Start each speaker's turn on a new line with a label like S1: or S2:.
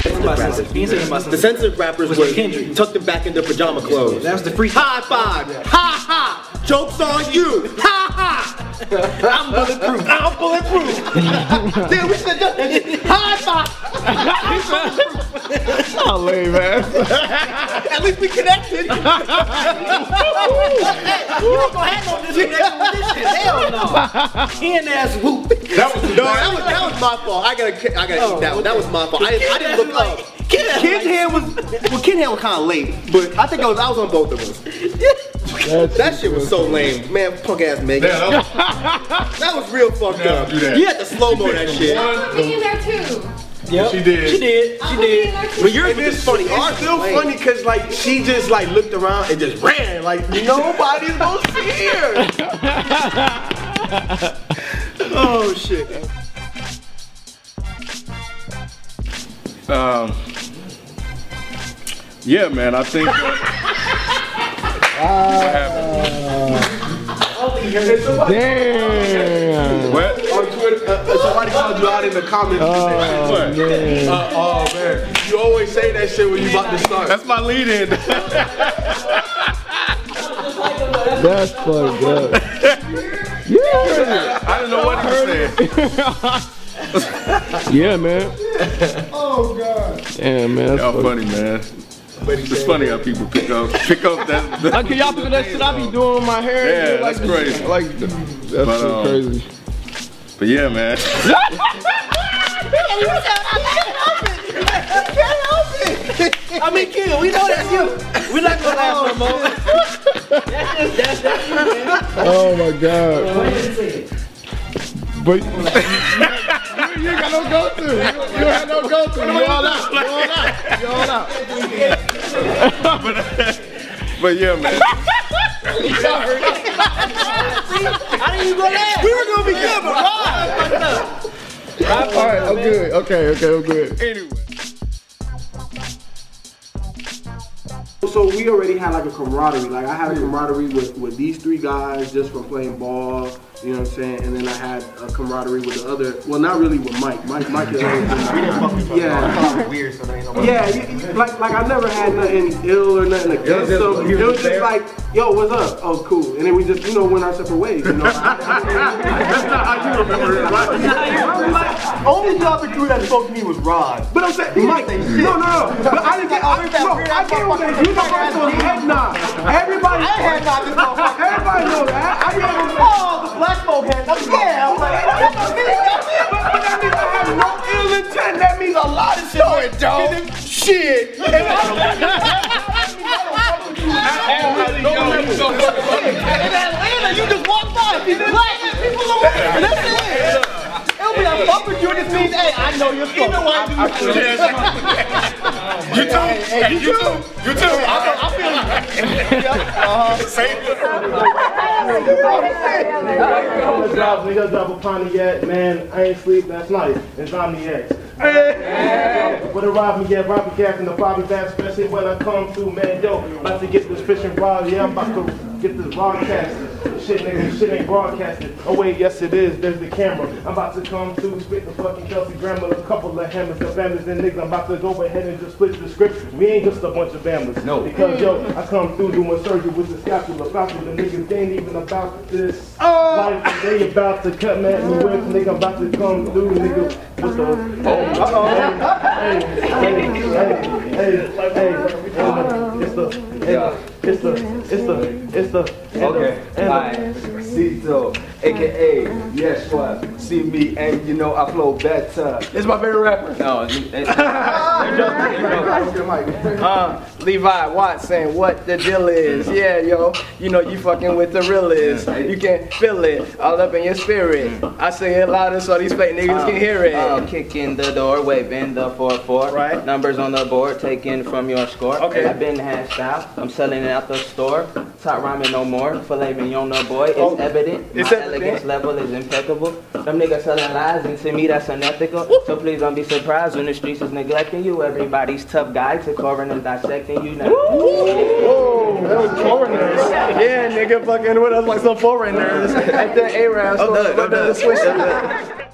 S1: censored.
S2: Being censored by
S1: The censored rappers
S2: Was
S1: were
S2: Kendrick.
S1: tucked them back in their pajama clothes.
S3: That was the free-
S1: high five. Ha ha. Jokes on you. Ha ha. I'm bulletproof. I'm bulletproof. Damn, we should have done that. High five.
S4: How lame, man.
S1: At least we connected.
S2: Hell no. Ken ass whoop.
S4: That was
S1: No, that was, that was my fault. I gotta, ki- I gotta eat that one. That was my fault. I, didn't- I didn't look up.
S2: Ken
S1: Kid's hand was well, Kid's hand was kind of late, but I think I was I was on both of them.
S4: That's-
S1: That shit was so lame, man. Punk ass Megan.
S4: Yeah, that was-
S1: That was real fucked
S4: Never
S1: up.
S4: do that.
S1: You had to slow mo that shit.
S4: One,
S5: Put me in there too.
S2: Yep.
S4: She did.
S2: She did.
S5: I'll
S2: She
S5: put me in
S2: did.
S5: there too.
S1: But yours
S3: It
S1: was
S3: is
S1: funny.
S3: funny. It's still funny because like she just like looked around and just ran. Like nobody's gonna see her.
S1: Oh shit.
S4: Um, yeah, man, I think. That, what happened?
S3: Damn.
S4: What?
S3: On Twitter, uh, somebody called you out in the comments.
S4: What?
S3: Uh, oh man, you always say that shit when you about to start.
S4: That's my lead in.
S6: That's fucked up.
S4: I didn't know what he was saying.
S6: Yeah, man. Oh god. Damn, man. That's
S4: Y'all
S6: fucked.
S4: funny, man. It's funny how people pick up, pick up that. that-
S6: Like, y'all look at that shit I be doing with my hair.
S4: Yeah,
S6: dude, like,
S4: that's crazy.
S6: Like, that's
S4: But,
S6: so
S4: um,
S6: crazy.
S4: But yeah, man.
S2: I mean, Ken, we know that's you. We're not gonna last no more.
S6: Oh my god. But you, you ain't got no go to. You, you ain't got no go to. You all out. You all out. You all out.
S4: But yeah, man.
S1: We were gonna be good, but why?
S6: All right, I'm good. Okay, okay, I'm good.
S4: Anyway.
S3: So we already had like a camaraderie. Like I had a camaraderie with, with these three guys just from playing ball, you know what I'm saying? And then I had a camaraderie with the other well not really with Mike. Mike Mike is always been We didn't fuck with yeah. Yeah, you- you- like like I never had nothing ill or nothing against them. It was just like, yo, what's up? Oh, cool. And then we just, you know, went our separate ways. You know, that's not how you remember it. Only job in crew that spoke to me was Rod. But I'm saying, Mike, no, no, no. But I didn't get, I, bro, I gave him that universal head nod. Everybody, I head nod this motherfucker. Everybody knows that. I, I gave him all Oh, the black folk head nod. Yeah, I'm like, that's me, that's me. But but that means I have no ill intent. That means a lot of shit. went down.
S2: In Atlanta, you just walk by, be black, and people are and that's it. It'll be like, fuck with you, and this means, hey, I know you're fucked. I, I,
S4: You too. Hey, you too. You too. I, I feel like.
S7: Job, nigga, double pony yet, man. I ain't sleep last night. It's Insomniacs. What a rob me yet, rob me cat from the Bobby back, especially when I come through, man. Yo, about to get this fishing rod. Yeah, I'm about to get this broadcasted. Shit, nigga, this shit ain't broadcasted. Oh wait, yes it is. There's the camera. I'm about to come through, spit the fucking Kelsey grammar, a couple of hammers, the bammers and niggas. I'm about to go ahead and just split the script. We ain't just a bunch of bammers. No. Because yo, I come through doing surgery with the scapula, scapula. Niggas they ain't even about this. Life, they about to cut me at the whip, nigga. I'm about to come through, nigga. With the hey, hey, hey, hey, it's the, hey, it's the, it's the, it's the,
S8: Okay, alright. Cito, aka Yes What. See me and you know I flow better. It's my favorite rapper. No, it's- it's- they're joking, they're joking. Uh, Levi Watts saying what the deal is. Yeah, yo, you know you fucking with the realest. You can feel it all up in your spirit. I sing it louder so these fake niggas can hear it.
S9: Uh, kick in the door, waving the 4-4.
S8: Right.
S9: Numbers on the board, taken from your score.
S8: Okay.
S9: I've been hashed out. I'm selling it out the store. Top rhyming no more. Filet mignon no boy. It's evident.
S8: Oh. it's
S9: My
S8: evident.
S9: elegance level is impeccable. Them niggas selling lies, and to me that's unethical. So please don't be surprised when the streets is neglecting you. Everybody's tough guy to coroners dissecting you. Now,
S8: Yeah, nigga, fucking with us like some foreigners at the A-Round store.
S9: done, I'm
S8: Brother,
S9: done.
S8: switch it up.